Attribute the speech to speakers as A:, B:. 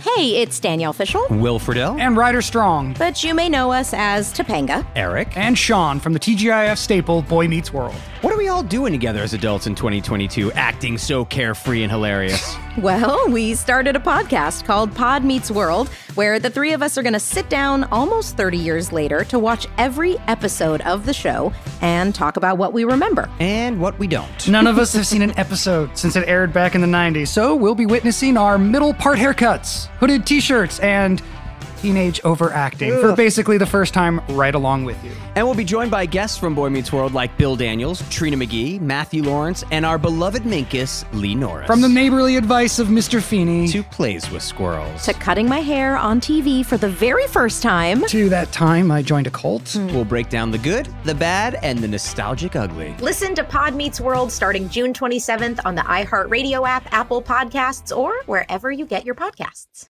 A: Hey, it's Danielle Fishel,
B: Will Friedle,
C: and Ryder Strong,
A: but you may know us as Topanga.
B: Eric.
C: and Sean from the TGIF staple Boy Meets World.
B: What are we all doing together as adults in 2022, acting so carefree and hilarious?
A: Well, we started a podcast called Pod Meets World, where the three of us are going to sit down almost 30 years later to watch every episode of the show and talk about what we remember.
B: and what we don't.
C: None of us have seen an episode since it aired back in the 90s, so we'll be witnessing our middle part haircuts, hooded t shirts, and teenage overacting for basically the first time right along with you.
B: And we'll be joined by guests from Boy Meets World like Bill Daniels, Trina McGee, Matthew Lawrence, and our beloved Minkus, Lee Norris.
C: From the neighborly advice of Mr. Feeney
B: Two Plays with Squirrels.
A: To cutting my hair on TV for the very first time.
C: to that time I joined a cult.
B: We'll break down the good, the bad, and the nostalgic ugly.
A: Listen to Pod Meets World starting June 27th on the iHeartRadio app, Apple Podcasts, or wherever you get your podcasts.